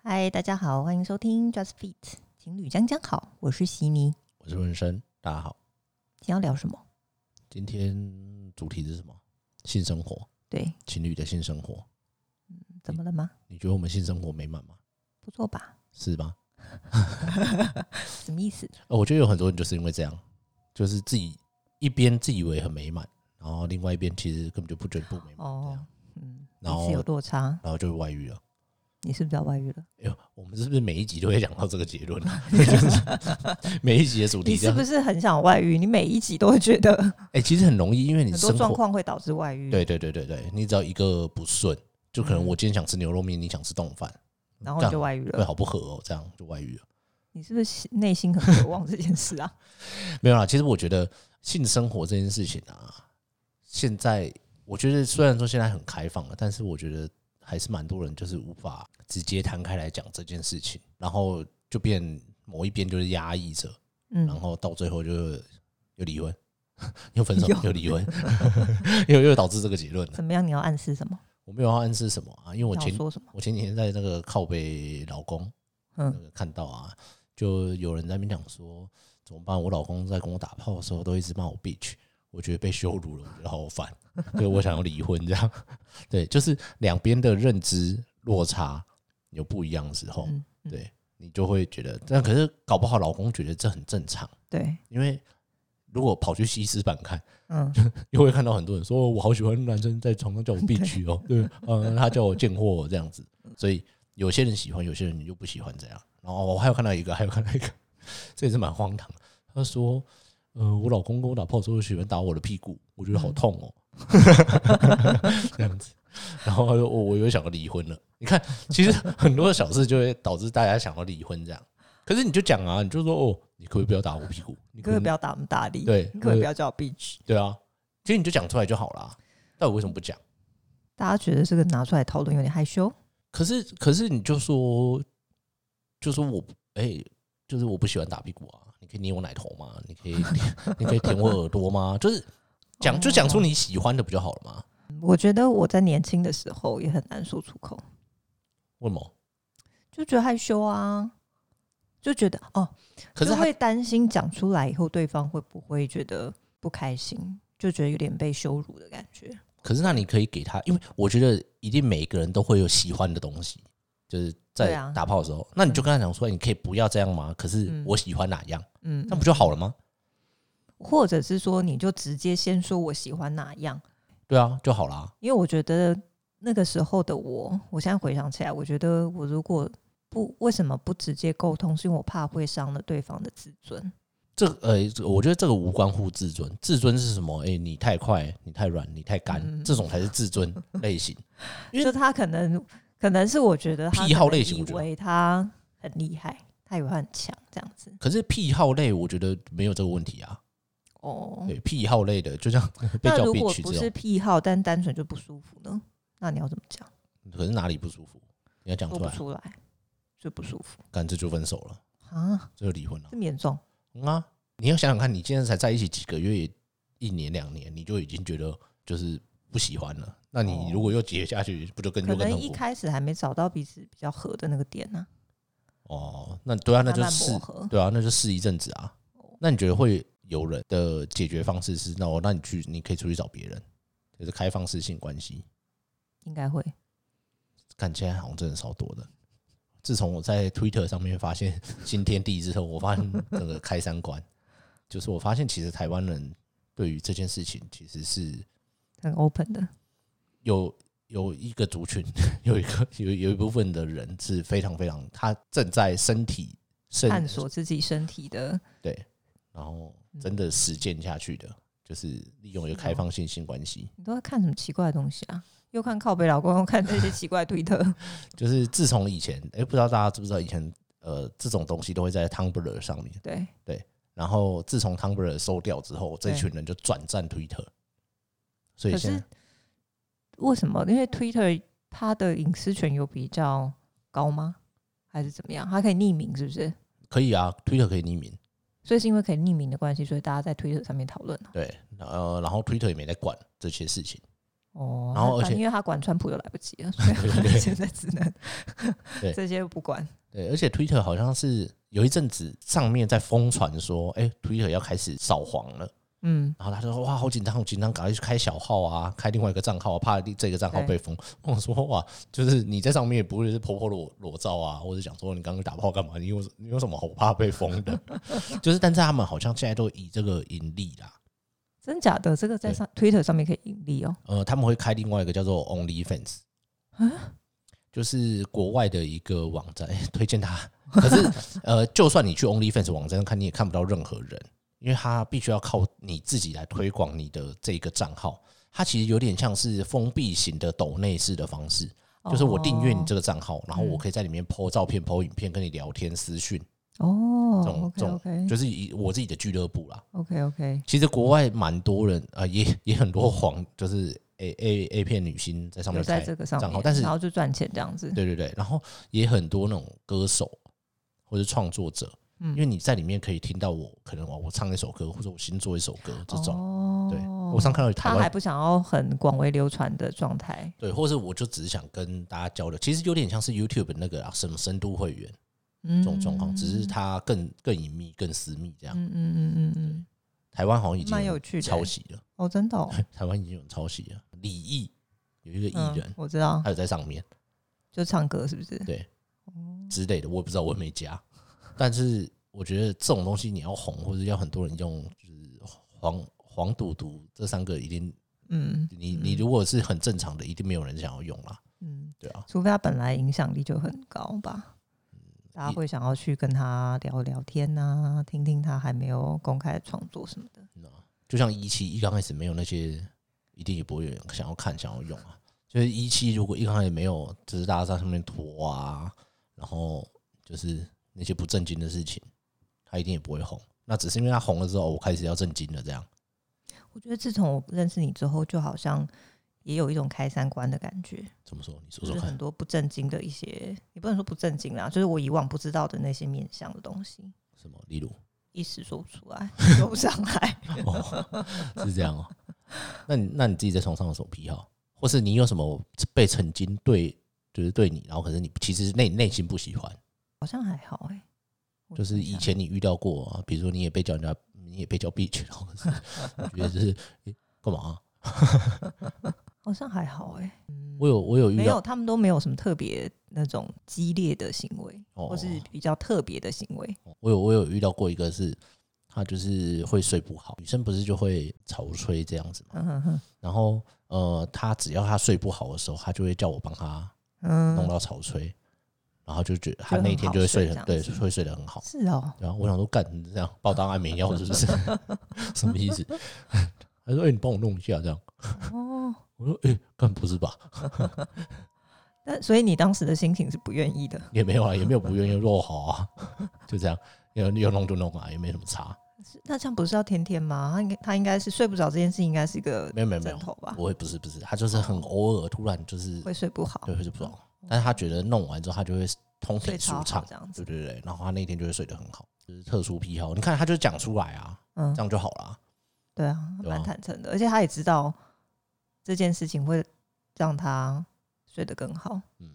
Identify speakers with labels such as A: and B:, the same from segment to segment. A: 嗨，大家好，欢迎收听 Just Fit 情侣讲讲好，我是悉尼。
B: 我是文生，大家好。
A: 今天要聊什么？
B: 今天主题是什么？性生活，
A: 对，
B: 情侣的性生活。
A: 怎么了吗？
B: 你觉得我们性生活美满吗？
A: 不错吧？
B: 是吧？
A: 什么意思？
B: 呃，我觉得有很多人就是因为这样，就是自己一边自以为很美满，然后另外一边其实根本就不觉得不美满，这样，
A: 哦，嗯，
B: 然
A: 彼此有
B: 后
A: 落差，
B: 然后就外遇了。
A: 你是不是要外遇了？
B: 哎呦，我们是不是每一集都会讲到这个结论、啊？ 就是每一集的主
A: 你
B: 题这
A: 是
B: 样
A: 不。是很想外遇？你每一集都会觉得
B: 哎、其实很容易，因为你
A: 很多
B: 生
A: 状
B: 活
A: 况会导致外遇，
B: 对，对对对对，你只要一个不顺，就可能我今天想吃牛肉面，你想吃冻饭，
A: 嗯然后你
B: 干
A: 就外遇
B: 对，
A: 了。
B: 好不合哦，这样就外遇了。
A: 你是不是内心很渴望这件事啊？
B: 没有啦，其实我觉得性生活这件事情啊，现在我觉得虽然说现在很开放了，但是我觉得还是蛮多人就是无法直接摊开来讲这件事情，然后就变某一边就是压抑着，
A: 嗯
B: 然，后到最后就又离婚， 又分手
A: 又，
B: 又离婚， 又又导致这个结论了。
A: 怎么样？你要暗示什么？
B: 我没有要暗示什么啊，因为我
A: 想
B: 前
A: 说什么？
B: 我前几天在那个靠北老公那
A: 嗯，
B: 个看到啊，就有人在那边讲说怎么办？我老公在跟我打炮的时候都一直骂我 bitch，我觉得被羞辱了，我觉得好烦， 对我想要离婚这样。对，就是两边的认知落差有不一样的时候，
A: 嗯嗯
B: 对你就会觉得，但可是搞不好老公觉得这很正常，
A: 对，
B: 因为。如果跑去西施版看，
A: 嗯，
B: 又会看到很多人说：“哦我好喜欢男生在床上叫我 bitch 哦，对，嗯，他叫我贱货哦这样子。”所以有些人喜欢，有些人就不喜欢这样。然后我还有看到一个，还有看到一个， 这也是蛮荒唐的。他说：“呃，我老公跟我打炮的时候喜欢打我的屁股，我觉得好痛哦。 这样子，然后他说：“我我有想要离婚了。”你看，其实很多小事就会导致大家想要离婚这样。可是你就讲啊，你就说：“哦，你可不可以不要打我屁股？你
A: 你
B: 可
A: 可不可以不
B: 要
A: 要打那么大力？
B: 对呃
A: 你可不可以不要叫我 bitch？
B: 对啊？”其实你就讲出来就好啦。到底为什么不讲？
A: 大家觉得这个拿出来讨论有点害羞，
B: 可是可是你就说，就说我哎、就是我不喜欢打屁股啊，你可以捏我奶头吗？你可以 你可以舔我耳朵吗？就是讲就讲出你喜欢的不就好了吗？
A: 我觉得我在年轻的时候也很难说出口，
B: 为什么？
A: 就觉得害羞啊，就觉得哦，
B: 可是
A: 就
B: 他
A: 会担心讲出来以后对方会不会觉得不开心，就觉得有点被羞辱的感觉。
B: 可是那你可以给他，因为我觉得一定每个人都会有喜欢的东西，就是
A: 对
B: 在
A: 啊
B: 打炮的时候，那你就跟他讲说，哎你可以不要这样吗？可是
A: 嗯
B: 我喜欢哪样，
A: 嗯
B: 那、，不就好了吗？
A: 或者是说你就直接先说我喜欢哪样，
B: 对啊，就好啦。
A: 因为我觉得那个时候的我，我现在回想起来，我觉得我如果不为什么不直接沟通，是因为我怕会伤了对方的自尊。
B: 这个呃，这个我觉得这个无关乎自尊，自尊是什么？哎、你太快，你太软，你太干，
A: 嗯
B: 这种才是自尊类型。因为
A: 就他可能可能是我觉得他
B: 癖好
A: 可能
B: 类型我
A: 以
B: 觉得
A: 为他很厉害，他以为他很强这样子。
B: 可是癖好类，我觉得没有这个问题啊。
A: 哦，
B: 对，癖好类的，就像被
A: 那
B: 叫
A: 如
B: 被
A: 果
B: 取
A: 不
B: 这
A: 是
B: 种，
A: 癖好，但单纯就不舒服呢？那你要怎么讲？
B: 可是哪里不舒服？你要讲
A: 说
B: 出
A: 不
B: 来，
A: 出来就不舒服
B: 干这就分手了，
A: 啊，
B: 这就离婚了、
A: 这么严重？
B: 嗯啊！你要想想看，你现在才在一起几个月，一年两年，你就已经觉得就是不喜欢了。那
A: 哦
B: 你如果又结下去，不就更
A: 可
B: 就更
A: 能
B: 痛
A: 一
B: 苦？
A: 开始还没找到彼此比较合的那个点呢、
B: 哦，那对啊，那
A: 慢
B: 就
A: 慢
B: 是
A: 磨合。
B: 对啊，那就试一阵子啊。那你觉得会有人的解决方式是，那我那你去，你可以出去找别人，就是开放式性关系。
A: 应该会，
B: 看现在好像真的超多的。自从我在 Twitter 上面发现新天地之后，我发现整个开三观，就是我发现其实台湾人对于这件事情其实是
A: 很 open 的，
B: 有有一个族群， 有一个有有一部分的人是非常非常，他正在身体身
A: 探索自己身体的，
B: 然后真的实践下去的，就是利用一个开放性性关系。
A: 你都在看什么奇怪的东西啊？又看靠北老公，又看这些奇怪推特，
B: 就是自从以前，哎、不知道大家知不知道以前，呃，这种东西都会在 Tumblr 上面。
A: 对，
B: 然后自从 Tumblr 收掉之后，
A: 对
B: 这群人就转战 Twitter。所以
A: 可
B: 现
A: 是
B: 在
A: 为什么？因为 Twitter 它的隐私权有比较高吗？还是怎么样？它可以匿名，是不是？
B: 可以啊，Twitter 可以匿名，
A: 所以是因为可以匿名的关系，所以大家在 Twitter 上面讨论哦。
B: 对，呃，然后 Twitter 也没在管这些事情，
A: 哦，
B: 然
A: 那
B: 后而
A: 反
B: 且
A: 因为他管川普又来不及 了，所以
B: 对
A: 他
B: 对对
A: 们现在只能
B: 对
A: 这些不管。
B: 对，而且 Twitter 好像是有一阵子上面在疯传说，哎、t w i t t e r 要开始扫黄了。
A: 嗯，
B: 然后他就说：“哇，好紧张，好紧张，赶快去开小号啊，开另外一个账号、啊，怕这个账号被封。”我说：“哇，就是你在上面也不会是婆婆裸裸照啊，或者讲说你刚刚打炮干嘛？你有你有什么好怕被封的？ 就是，但是他们好像现在都以这个盈利啦，
A: 真假的，这个在
B: 对
A: 上 Twitter 上面可以盈利哦。
B: 呃，他们会开另外一个叫做 OnlyFans，就是国外的一个网站， 哎推荐他。可是呃，就算你去 OnlyFans 网站看，你也看不到任何人，因为他必须要靠你自己来推广你的这个账号。它其实有点像是封闭型的抖内式的方式，
A: 哦
B: 就是我订阅你这个账号，然后
A: 嗯
B: 我可以在里面 PO 照片、PO 影片，跟你聊天、私讯，
A: 哦
B: 这种
A: ，OK OK
B: 就是以我自己的俱乐部啦。
A: OK OK，
B: 其实国外蛮多人啊、呃也也很多黄，就是 A A A 片女星在上
A: 有
B: 面
A: 在
B: 开
A: 这个上
B: 账
A: 面
B: 号，但是
A: 然后就赚钱这样子。
B: 对对对，然后也很多那种歌手或者创作者，
A: 嗯
B: 因为你在里面可以听到我可能我我唱一首歌，或者我新做一首歌这种。
A: 哦
B: 对，我上看到有台
A: 他还
B: 湾
A: 不想要很广为流传的状态。
B: 对，或者我就只是想跟大家交流，其实有点像是 YouTube 那个啊，什么深度会员
A: 嗯，
B: 这种状况，只是它更更隐秘、更私密这样。
A: 嗯嗯嗯嗯嗯，
B: 台湾好像已
A: 蛮有
B: 经
A: 趣的
B: 抄
A: 欸
B: 袭了，
A: 哦，真的、哦，
B: 台湾已经有人抄袭了。李毅有一个
A: 嗯
B: 艺人，
A: 我知道
B: 他，有在上面。
A: 就唱歌是不哦是？
B: 对之类的，我也不知道，我也没加。但是我觉得这种东西你要红，或者要很多人用，就是黄黄赌毒这三个一定，
A: 嗯
B: 你你如果是很正常的，一定没有人想要用啦。
A: 嗯，
B: 对啊，
A: 除非他本来影响力就很高吧，
B: 嗯
A: 大家
B: 也
A: 会想要去跟他聊聊天呐、听听他还没有公开的创作什么的。
B: 就像一期一刚开始没有那些，一定也不会有人想要看、想要用啊。就是一期如果一刚开始没有，只是大家在上面拖啊，然后就是那些不正经的事情，他一定也不会红。那只是因为他红了之后，我开始要正经了这样。
A: 我觉得自从我认识你之后，就好像也有一种开三观的感觉，
B: 怎么说？你说
A: 就是
B: 说看
A: 很。多不正经的一些，也不能说不正经啦，就是我以往不知道的那些面向的东西。
B: 什么？例如？
A: 一时说不出来，说不上来。
B: 哦，是这样哦。那你那你自己在床上有什么癖好，或是你有什么被曾经对，就是对你，然后可是你其实内内心不喜欢，
A: 好像还好哎、我
B: 就是
A: 想一
B: 以
A: 下
B: 前你遇到过啊，比如说你也被叫人家，你也被叫 bitch，然后可是你觉得就是 诶干、嘛啊、
A: 好像还好哎、嗯
B: 我有我有遇
A: 没
B: 到
A: 有，他们都没有什么特别那种激烈的行为，
B: 哦
A: 或是比较特别的行为。
B: 我有我有遇到过一个是，她就是会睡不好，女生不是就会潮吹这样子嘛，
A: 嗯哼哼，
B: 然后呃，她只要她睡不好的时候，她就会叫我帮她弄
A: 嗯，
B: 到潮吹，然后就觉得他
A: 就
B: 那
A: 很
B: 一天
A: 好
B: 就会
A: 睡
B: 睡
A: 这
B: 很
A: 样
B: 对，
A: 子
B: 会睡得很好。
A: 是哦，
B: 然后我想说，干你这样把我当安眠药是不 是？什么意思？ 他说：“哎、你帮我弄一下这样。
A: 哦，”
B: 我说：“哎、干不是吧？
A: 那所以你当时的心情是不愿意的，
B: 也没有啊，也没有不愿意说好啊， 就这样，要要弄就弄啊，也没什么差。
A: 是那这样不是要天天吗？他应该他应该是睡不着这件事，应该是一个
B: 没有没有没
A: 枕
B: 有，
A: 头吧，
B: 不会，不是不是，他就是很偶尔突然就是
A: 会睡不好，嗯
B: 对会是不爽，但是他觉得弄完之后他就会通
A: 睡
B: 体舒
A: 超好
B: 畅，
A: 这样
B: 对
A: 子。
B: 对对，然后他那天就会睡得很好，就是特殊癖好。你看他就讲出来啊，
A: 嗯
B: 这，样就好啦。
A: 对啊，
B: 对
A: 蛮
B: 啊
A: 坦诚的，而且他也知道这件事情会让他睡得更好。
B: 嗯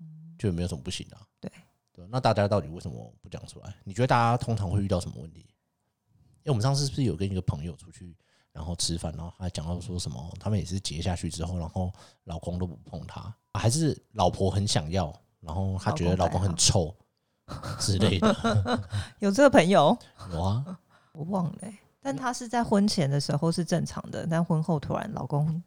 A: 嗯，
B: 就没有什么不行的、啊。
A: 对
B: 对，那大家到底为什么不讲出来？你觉得大家通常会遇到什么问题？因为我们上次是不是有跟一个朋友出去，然后吃饭，然后他讲到说什么，他们也是结下去之后，然后老公都不碰她，啊还是老婆很想要，然后她觉得老
A: 老
B: 公
A: 公
B: 很臭 之类的。
A: 有这个朋友，
B: 有啊，
A: 我忘了欸、但他是在婚前的时候是正常的，但婚后突然老公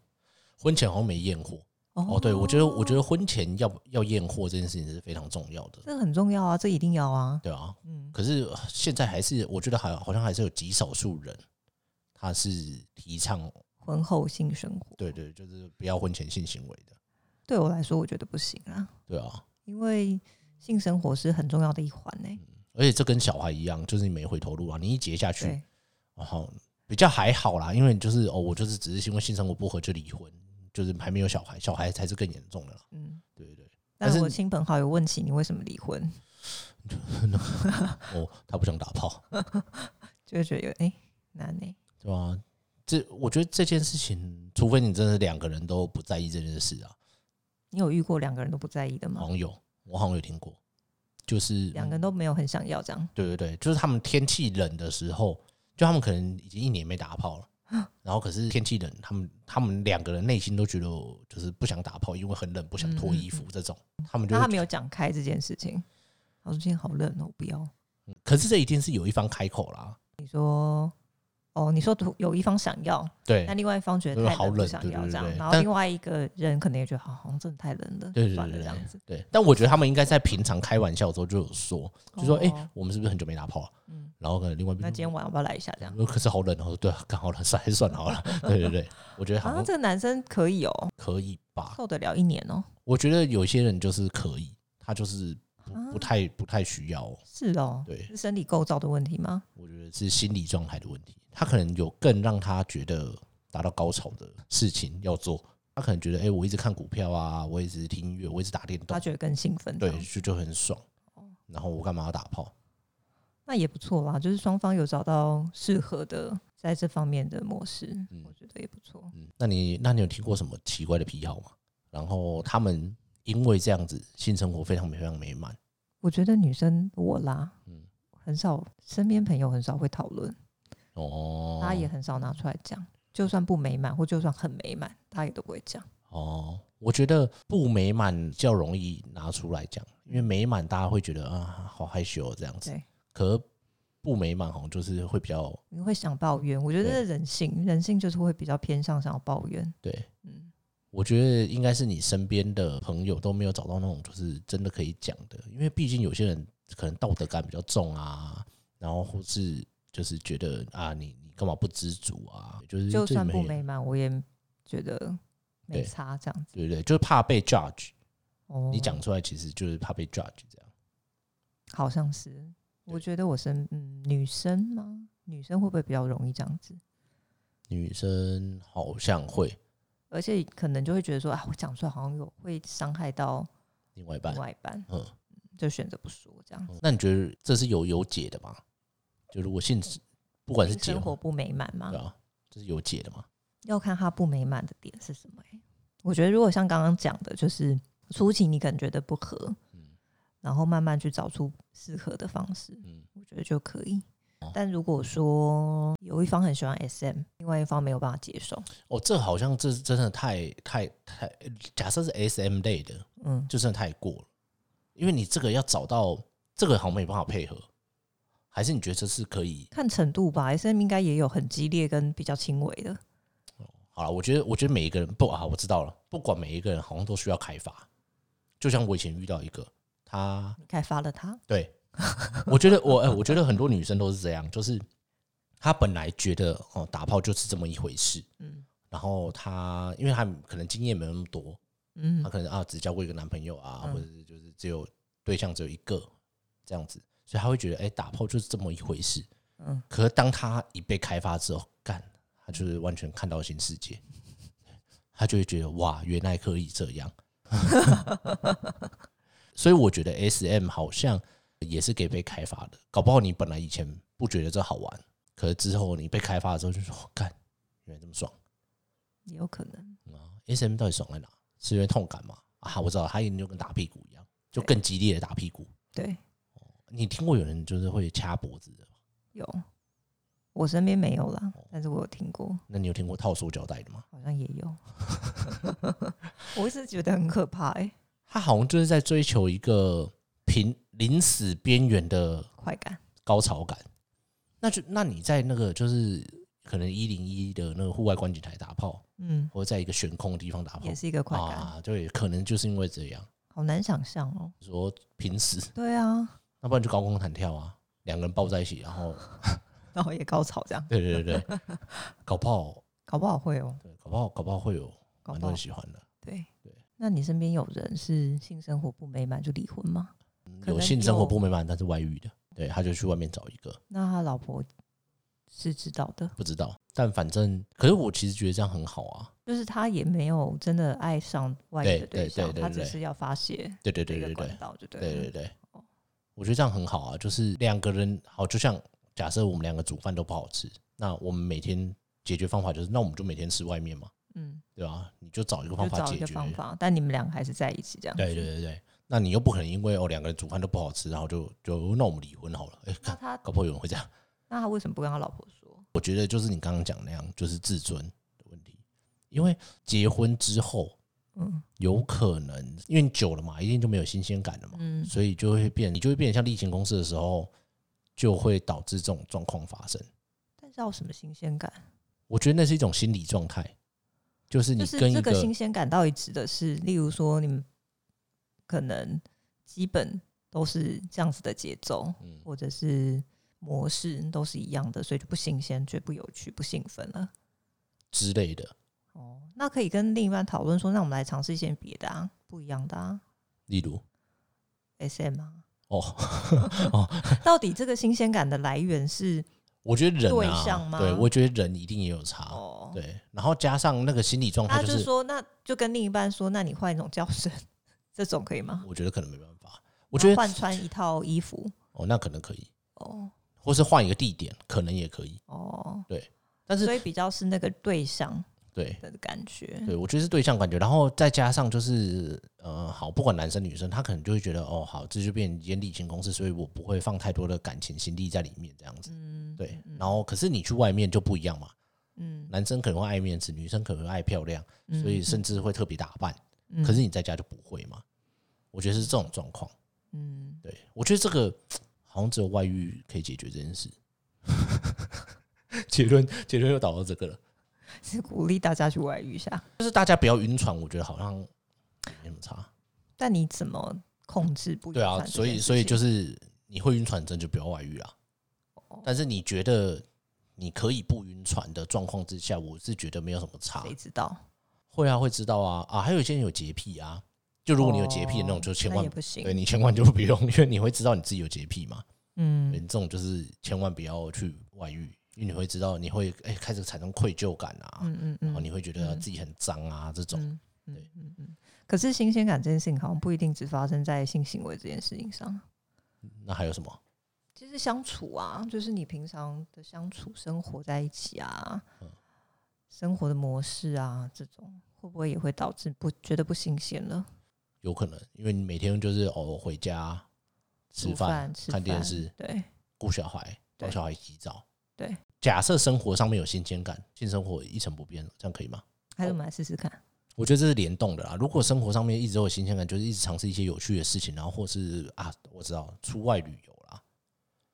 B: 婚前好像没验货
A: 哦
B: 哦。对，我觉得我觉得婚前要要验货这件事情是非常重要的，
A: 这个很重要啊，这一定要啊，
B: 对啊。
A: 嗯，
B: 可是呃现在还是我觉得还好像还是有极少数人，他是提倡
A: 婚后性生活
B: 对对，就是不要婚前性行为的，
A: 对我来说我觉得不行啊，
B: 对啊，
A: 因为性生活是很重要的一环呢、
B: 而且这跟小孩一样，就是你没回头路啊，你一结下去，
A: 对，
B: 然后比较还好啦，因为你就是哦，我就是只是因为性生活不合就离婚，就是还没有小孩，小孩才是更严重的啦，
A: 嗯。
B: 对对对，但
A: 但
B: 是
A: 我亲朋好友问起你为什么离婚，
B: 哦，他不想打炮，
A: 就会觉得有哎、难呢、
B: 对吧、啊？这我觉得这件事情，除非你真的是两个人都不在意这件事啊，
A: 你有遇过两个人都不在意的
B: 好
A: 吗？
B: 像有，我好像有听过，就是
A: 两个人都没有很想要这样，
B: 对对对，就是他们天气冷的时候，就他们可能已经一年没打炮了，
A: 嗯
B: 然后可是天气冷，他们他们两个人内心都觉得就是不想打炮，因为很冷，不想脱衣服这种，他们就
A: 嗯那
B: 会
A: 他没有讲开这件事情。他说今天好冷哦，我不要。
B: 可是这一定是有一方开口啦，
A: 你说哦，你说有有一方想要，
B: 对
A: 那另外一方觉得
B: 就是
A: 太
B: 好
A: 冷不
B: 冷
A: 想
B: 对
A: 要
B: 对
A: 这样
B: 对，
A: 然后
B: 但
A: 另外一个人可能也觉得好，好像真的太冷了，
B: 对对
A: 算了
B: 对
A: 这
B: 对
A: 样子。
B: 对，但我觉得他们应该在平常开玩笑的时候就有说，就说
A: 哦
B: 哎、我们是不是很久没打炮了？
A: 嗯，
B: 然后可能另外一
A: 那
B: 边
A: 今天晚上要不要来一下这样？
B: 呃可是好冷哦，对啊，刚好冷， 算还是算好了。对对对，我觉得嗯好
A: 啊，
B: 像
A: 这个男生可以哦，
B: 可以吧。
A: 受得了一年哦，
B: 我觉得有些人就是可以，他就是不不
A: 啊
B: 太不太需要、
A: 是哦，
B: 对，
A: 是生理构造的问题吗？
B: 我觉得是心理状态的问题。他可能有更让他觉得达到高潮的事情要做，他可能觉得哎、我一直看股票啊，我一直听音乐，我一直打电
A: 他
B: 动，
A: 觉得更兴奋，
B: 对，，就就很爽。
A: 哦
B: 然后我干嘛要打炮？
A: 那也不错啦，就是双方有找到适合的在这方面的模式，
B: 嗯
A: 我觉得也不错。
B: 嗯，那你那你有听过什么奇怪的癖好吗？然后他们因为这样子，性生活非常非常美满。
A: 我觉得女生我啦，
B: 嗯
A: 很少身边朋友很少会讨论，
B: 哦，
A: 大家也很少拿出来讲。就算不美满，或就算很美满，大家也都不会讲。
B: 哦，我觉得不美满较容易拿出来讲，因为美满大家会觉得啊，好害羞哦这样子。
A: 对，
B: 可是不美满好像就是会比较
A: 你会想抱怨，我觉得
B: 对
A: 这是人性，人性就是会比较偏向想要抱怨。
B: 对。
A: 嗯，
B: 我觉得应该是你身边的朋友都没有找到那种就是真的可以讲的，因为毕竟有些人可能道德感比较重啊，然后或是就是觉得啊，你你干嘛不知足啊？就是
A: 就
B: 这
A: 算
B: 没
A: 不美满，我也觉得没
B: 对
A: 差这样子。
B: 对不对？就是怕被 judge，
A: 哦，
B: 你讲出来其实就是怕被 judge 这样。
A: 好像是，我
B: 对
A: 觉得我身嗯女生吗？女生会不会比较容易这样子？
B: 女生好像会
A: 而且可能就会觉得说啊，我讲出来好像有会伤害到
B: 另外一
A: 另
B: 半，
A: 外一半，
B: 嗯，
A: 就选择不说这样。
B: 嗯那你觉得这是有有解的吗？就如果性不管是
A: 因为
B: 结
A: 生活
B: 婚
A: 不美满嘛
B: 对，啊，这是有解的吗？
A: 要看他不美满的点是什么、欸。我觉得如果像刚刚讲的，就是初期你可能觉得不合，
B: 嗯
A: 然后慢慢去找出适合的方式，
B: 嗯
A: 我觉得就可以
B: 哦。
A: 但如果说有一方很喜欢 SM，另外一方没有办法接受，
B: 哦，这好像这真的太太太，假设是 S M 类的，
A: 嗯，
B: 就真的太过了，因为你这个要找到这个好像没办法配合，还是你觉得这是可以？
A: 看程度吧。SM 应该也有很激烈跟比较轻微的，
B: 好了，我觉得我觉得每一个人不啊，我知道了，不管每一个人好像都需要开发。就像我以前遇到一个，她
A: 你开发了他，
B: 对 我觉得我哎、我觉得很多女生都是这样，就是她本来觉得哦打炮就是这么一回事，
A: 嗯
B: 然后她因为她可能经验没有那么多，
A: 嗯
B: 她可能啊只交过一个男朋友啊，
A: 嗯
B: 或者是就是只有对象只有一个这样子，所以她会觉得哎、打炮就是这么一回事。
A: 嗯，
B: 可是当她一被开发之后，干她就是完全看到新世界，她就会觉得哇原来可以这样。 所以我觉得 S M 好像也是给被开发的，搞不好你本来以前不觉得这好玩，可是之后你被开发的时候就说哦干、原来这么爽。
A: 也有可能。
B: 啊，S M 到底爽在哪？是因为痛感吗？啊，我知道，它一定就跟打屁股一样，就更激烈的打屁股。
A: 对，
B: 你听过有人就是会掐脖子的吗？
A: 有，我身边没有啦，但是我有听过，
B: 那你有听过套塑胶带的吗？
A: 好像也有。 我是觉得很可怕哎、
B: 他好像就是在追求一个平临死边缘的
A: 快感。
B: 高潮感。那就那你在那个就是可能一零一的那个户外观景台打炮，
A: 嗯，
B: 或者在一个悬空的地方打
A: 也
B: 炮
A: 是一个快感，
B: 啊，对，可能就是因为这样
A: 好难想象哦。
B: 说平时，
A: 对啊，
B: 那不然就高空弹跳啊，两个人抱在一起，然后
A: 然后也高潮这样，
B: 对对对对，搞不好
A: 搞不好会哦，
B: 对，搞不好搞不好会有
A: 搞
B: 蛮
A: 不好
B: 多人喜欢的。
A: 对
B: 对。
A: 那你身边有人是性生活不美满就离婚吗？
B: 嗯
A: 可
B: 有
A: 能
B: 性生活
A: 有
B: 不美满，但是外遇的，对，他就去外面找一个，
A: 那他老婆是知道的，
B: 不知道。但反正，可是我其实觉得这样很好啊。
A: 就是他也没有真的爱上外
B: 对
A: 遇的
B: 对
A: 象，
B: 对对
A: 他只
B: 对
A: 是要发泄
B: 对对
A: 的
B: 对
A: 一个
B: 对对
A: 管道，就对
B: 对
A: 了
B: 对对
A: 哦，
B: 我觉得这样很好啊。就是两个人好，就像假设我们两个煮饭都不好吃，那我们每天解决方法就是，那我们就每天吃外面嘛，
A: 嗯，
B: 对吧、你就找一个
A: 就
B: 方法
A: 找一
B: 解
A: 个
B: 决。
A: 方法，但你们两个还是在一起这样。
B: 对对 对对，那你又不可能因为哦两个人煮饭都不好吃，然后就就那我们离婚好了。哎、
A: 那
B: 看
A: 他
B: 搞不好有人会这样。
A: 那他为什么不跟他老婆说？
B: 我觉得就是你刚刚讲那样，就是自尊的问题。因为结婚之后，
A: 嗯
B: 有可能因为你久了嘛，一定就没有新鲜感了嘛，
A: 嗯
B: 所以就会变，你就会变得像例行公事的时候，就会导致这种状况发生。
A: 但是要有什么新鲜感？
B: 我觉得那是一种心理状态，就是你
A: 就是
B: 跟一
A: 这
B: 个
A: 个新鲜感到底指的是，例如说你们可能基本都是这样子的节奏，
B: 嗯
A: 或者是模式都是一样的，所以就不新鲜，觉得不有趣，不兴奋了。
B: 之类的，
A: 哦，那可以跟另一半讨论说，那我们来尝试一些别的啊，不一样的啊
B: 例如
A: ，SM 啊。
B: 哦，
A: 到底这个新鲜感的来源是
B: 我觉得人
A: 对象
B: 啊，
A: 吗
B: 对我觉得人一定也有差，
A: 哦，
B: 啊对，然后加上那个心理状
A: 他
B: 态，就
A: 就是说，那就跟另一半说，那你换一种叫声， 这种可以吗？
B: 我觉得可能没办法，我觉得
A: 换穿一套衣服，
B: 哦，那可能可以，
A: 哦
B: 或是换一个地点，可能也可以，
A: 哦，
B: 但是
A: 所以比较是那个对象
B: 对
A: 的感觉。
B: 对，我觉得是对象感觉，然后再加上就是呃，好，不管男生女生，他可能就会觉得哦，好，这就变成一间例行公事，所以我不会放太多的感情心力在里面，这样子，
A: 嗯，
B: 对
A: 嗯，
B: 然后可是你去外面就不一样嘛，
A: 嗯，
B: 男生可能会爱面子，女生可能会爱漂亮，所以甚至会特别打扮。
A: 嗯，
B: 可是你在家就不会嘛？我觉得是这种状况。
A: 嗯，
B: 对我觉得这个好像只有外遇可以解决这件事。 结论结论又导到这个了，
A: 是鼓励大家去外遇一下。
B: 就是大家不要晕船，我觉得好像没什么差。
A: 但你怎么控制不？
B: 对啊，所以所以就是是你会晕船，真就不要外遇啦。
A: 哦
B: 但是你觉得你可以不晕船的状况之下，我是觉得没有什么差。
A: 谁知道？
B: 会啊，会知道啊啊，还有一些人有洁癖啊，就如果你有洁癖的那种，
A: 哦
B: 就千
A: 那
B: 万
A: 也不行
B: 对。你千万就不用，因为你会知道你自己有洁癖嘛。
A: 嗯
B: 对，这种就是千万不要去外遇，因为你会知道你会哎、开始产生愧疚感啊，
A: 嗯嗯
B: 然
A: 嗯，
B: 后你会觉得
A: 嗯
B: 自己很脏啊这种。
A: 嗯嗯
B: 对
A: 嗯嗯。可是新鲜感这件事情好像不一定只发生在性行为这件事情上，
B: 那还有什么？
A: 其实相处啊，就是你平常的相处、生活在一起啊，
B: 嗯
A: 生活的模式啊，这种会不会也会导致不觉得不新鲜了？
B: 有可能因为你每天就是哦回家吃
A: 煮
B: 饭、
A: 吃
B: 看电
A: 饭
B: 视、
A: 对，
B: 顾小孩、帮
A: 对
B: 小孩洗澡。
A: 对，
B: 假设生活上面有新鲜感，性生活一成不变，这样可以吗？
A: 还是我们来试试看。
B: 我觉得这是联动的啦。如果生活上面一直都有新鲜感，就是一直尝试一些有趣的事情，然后或是啊，我知道出外旅游啦，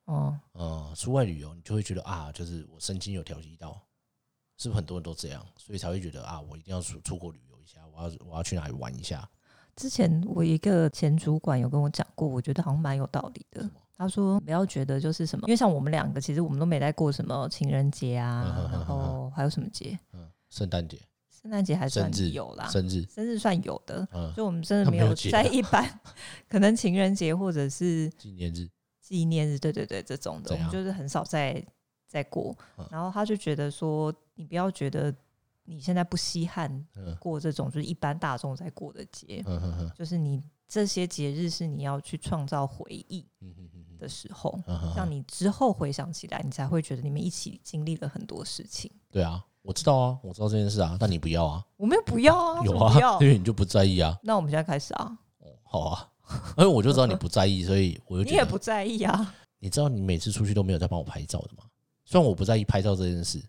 A: 哦，
B: 嗯，出外旅游你就会觉得啊，就是我身经有调剂到，是不是很多人都这样？所以才会觉得啊，我一定要出出国旅游一下，我要我要去哪里玩一下。
A: 之前我一个前主管有跟我讲过，我觉得好像蛮有道理的。他说不要觉得就是什么，因为像我们两个其实我们都没在过什么情人节啊，
B: 嗯
A: 然
B: 哼哼哼
A: 后还有什么节，
B: 嗯，圣诞节、
A: 圣诞节还算
B: 生日
A: 有啦，
B: 生日，
A: 生日算有的，
B: 嗯，
A: 就我们真的没
B: 没
A: 有啊
B: 有节
A: 在一般， 可能情人节或者是
B: 纪念日，
A: 纪念日，对对对，这种的，
B: 怎
A: 我们
B: 样
A: 就是很少在在过
B: 嗯。
A: 然后他就觉得说，你不要觉得你现在不稀罕
B: 嗯
A: 过这种就是一般大众在过的节，
B: 嗯嗯嗯
A: 就是你这些节日是你要去创造回忆
B: 嗯嗯
A: 的时候，
B: 嗯
A: 让
B: 嗯，
A: 你之后回想起来，你才会觉得你们一起经历了很多事情。
B: 对啊，我知道啊，我知道这件事啊，但你不要啊，
A: 我们又不要啊，
B: 有
A: 为什么不
B: 啊，
A: 要
B: 因。为你就不在意啊，
A: 那我们现在开始啊，
B: 哦好啊， 因为我就知道你不在意，所以我就
A: 你
B: 觉
A: 也
B: 得
A: 不在意啊，
B: 你知道你每次出去都没有在帮我拍照的吗？虽然我不在意拍照这件事，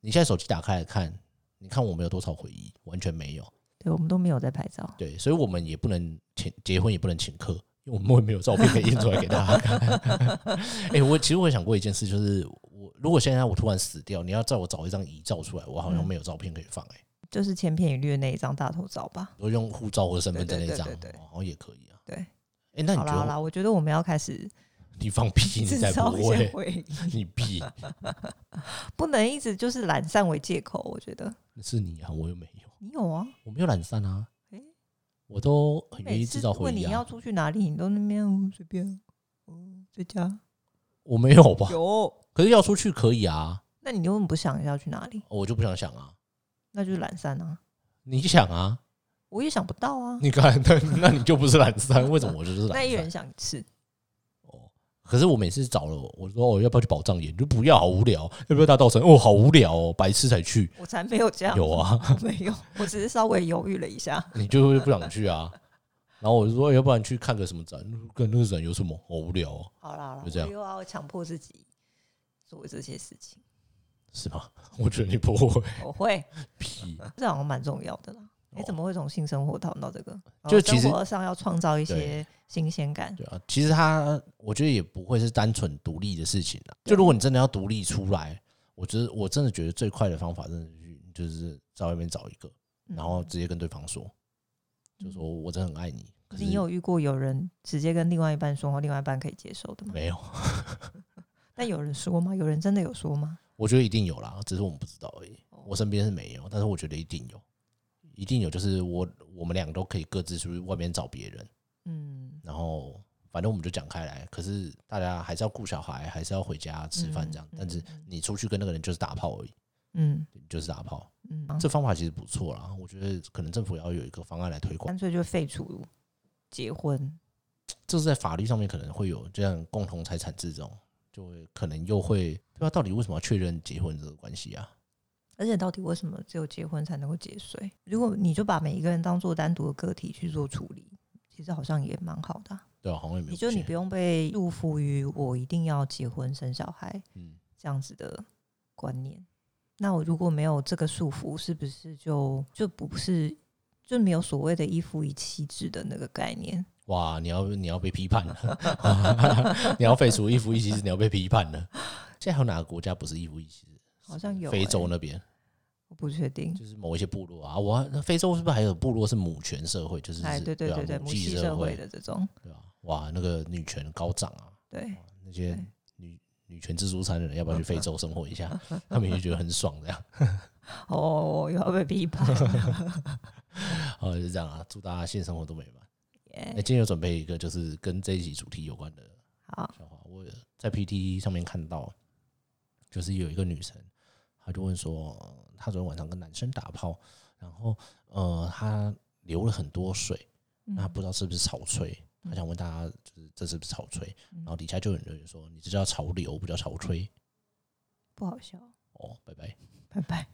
B: 你现在手机打开来看，你看我们有多少回忆，完全没有。
A: 对我们都没有在拍照。
B: 对，所以我们也不能请结婚，也不能请客，因为我们会没有照片可以印出来给大家看。 哎、我其实我想过一件事，就是我如果现在我突然死掉，你要叫我找一张遗照出来，我好像
A: 嗯
B: 没有照片可以放、哎，
A: 就是千篇一律的那一张大头照吧。
B: 我用护照或者身份证
A: 对
B: 那
A: 对
B: 一张，
A: 对对对
B: 哦好像也可以啊。
A: 对
B: 哎、那你
A: 好
B: 觉
A: 啦好
B: 得
A: 啦，我觉得我们要开始
B: 你放屁？你
A: 制
B: 才不
A: 造一些
B: 会，
A: 回忆，
B: 你屁，
A: 不能一直就是懒散为借口。我觉得
B: 是你啊，我又没有，
A: 你有啊，
B: 我没有懒散啊。
A: 诶
B: 我都很愿
A: 每
B: 意制
A: 次
B: 造回
A: 问
B: 忆
A: 你要
B: 啊。
A: 出去哪里，你都那边嗯随便，嗯，在家
B: 我没有吧？
A: 有。
B: 可是要出去可以啊，
A: 那你为什么不想一下去哪里？
B: 我就不想想啊。
A: 那就是懒散啊，
B: 你想啊，
A: 我也想不到啊。
B: 你看，那那你就不是懒散，为什么我就是
A: 那
B: 懒
A: 一人
B: 散？
A: 想一次，
B: 哦，可是我每次找了，我说我、哦、要不要去宝藏岩？你就不要，好无聊。要不要大稻城？哦，好无聊哦，白痴才 去。
A: 我才没有这样，
B: 有啊，
A: 我没有，我只是稍微犹豫了一下。
B: 你就会不想去啊。然后我就说，哦要不然去看个什么展？跟那个展有什么？好无聊哦，
A: 好啦好啦，
B: 就这样
A: 我又要强迫自己做这些事情，
B: 是吗？我觉得你不会
A: 我会，
B: 屁。
A: 这好像蛮重要的啦。你、怎么会从性生活讨论到这个？
B: 哦就
A: 哦
B: 其实
A: 生活上要创造一些
B: 对
A: 新鲜感，
B: 对啊，其实他我觉得也不会是单纯独立的事情啦。
A: 啊
B: 就如果你真的要独立出来，我觉得我真的觉得最快的方法，真的是去就是在外面找一个，
A: 嗯
B: 然后直接跟对方说，就说我真的很爱你。可是
A: 你有遇过有人直接跟另外一半说，另外一半可以接受的吗？
B: 没有？
A: 但有人说吗？有人真的有说吗？
B: 我觉得一定有啦，只是我们不知道而已
A: 哦。
B: 我身边是没有，但是我觉得一定有，一定有。就是我我们两个都可以各自出去外面找别人，
A: 嗯，
B: 然后反正我们就讲开来。可是大家还是要顾小孩，还是要回家吃饭这样。
A: 嗯
B: 但是
A: 嗯
B: 你出去跟那个人就是打炮而已，
A: 嗯
B: 就是打炮。
A: 嗯，
B: 这方法其实不错啦，我觉得可能政府也要有一个方案来推广
A: 干。脆就废除结婚。
B: 这是在法律上面可能会有这样共同财产制这种，就会可能又会对啊吧？到底为什么要确认结婚这个关系啊？
A: 而且到底为什么只有结婚才能够结税？如果你就把每一个人当做单独的个体去做处理，其实好像也蛮好的啊、
B: 对啊，好像也没有。
A: 也就你不，用被束缚于我一定要结婚生小孩
B: 嗯，
A: 这样子的观念。那我如果没有这个束缚，是不是就就不是就没有所谓的一夫一妻制的那个概念？
B: 哇，你要你要被批判了，你 要废除一夫一妻制，你要被批判了。现在还有哪个国家不是一夫一妻制？
A: 好像有、
B: 非洲
A: 欸，
B: 那边
A: 我不确定。
B: 就是某一些部落啊，我那非洲是不是还有部落是母权社会？就是
A: 哎，对对对
B: 对
A: 对，
B: 啊，
A: 母
B: 系
A: 系
B: 社
A: 社会，的这种，
B: 对吧、哇，那个女权高涨啊，
A: 对，
B: 那些
A: 对
B: 女女权自助餐的人，要不要去非洲生活一下？他们也觉得很爽，这样
A: 哦，又要被批判 了
B: 啊，就这样啊，祝大家性生活都美满。哎、
A: 耶。
B: 今天有准备一个就是跟这一集主题有关的
A: 好，
B: 笑话，我在 PTT 上面看到，就是有一个女生，她就问说，呃她昨天晚上跟男生打炮，然后呃，她流了很多水，那她
A: 嗯
B: 不知道是不是草吹，她想问大家就是这是不是草吹？
A: 嗯
B: 然后底下就有人留言说，你这叫潮流，不叫潮吹
A: 不好笑，
B: 哦，拜拜。
A: 拜拜。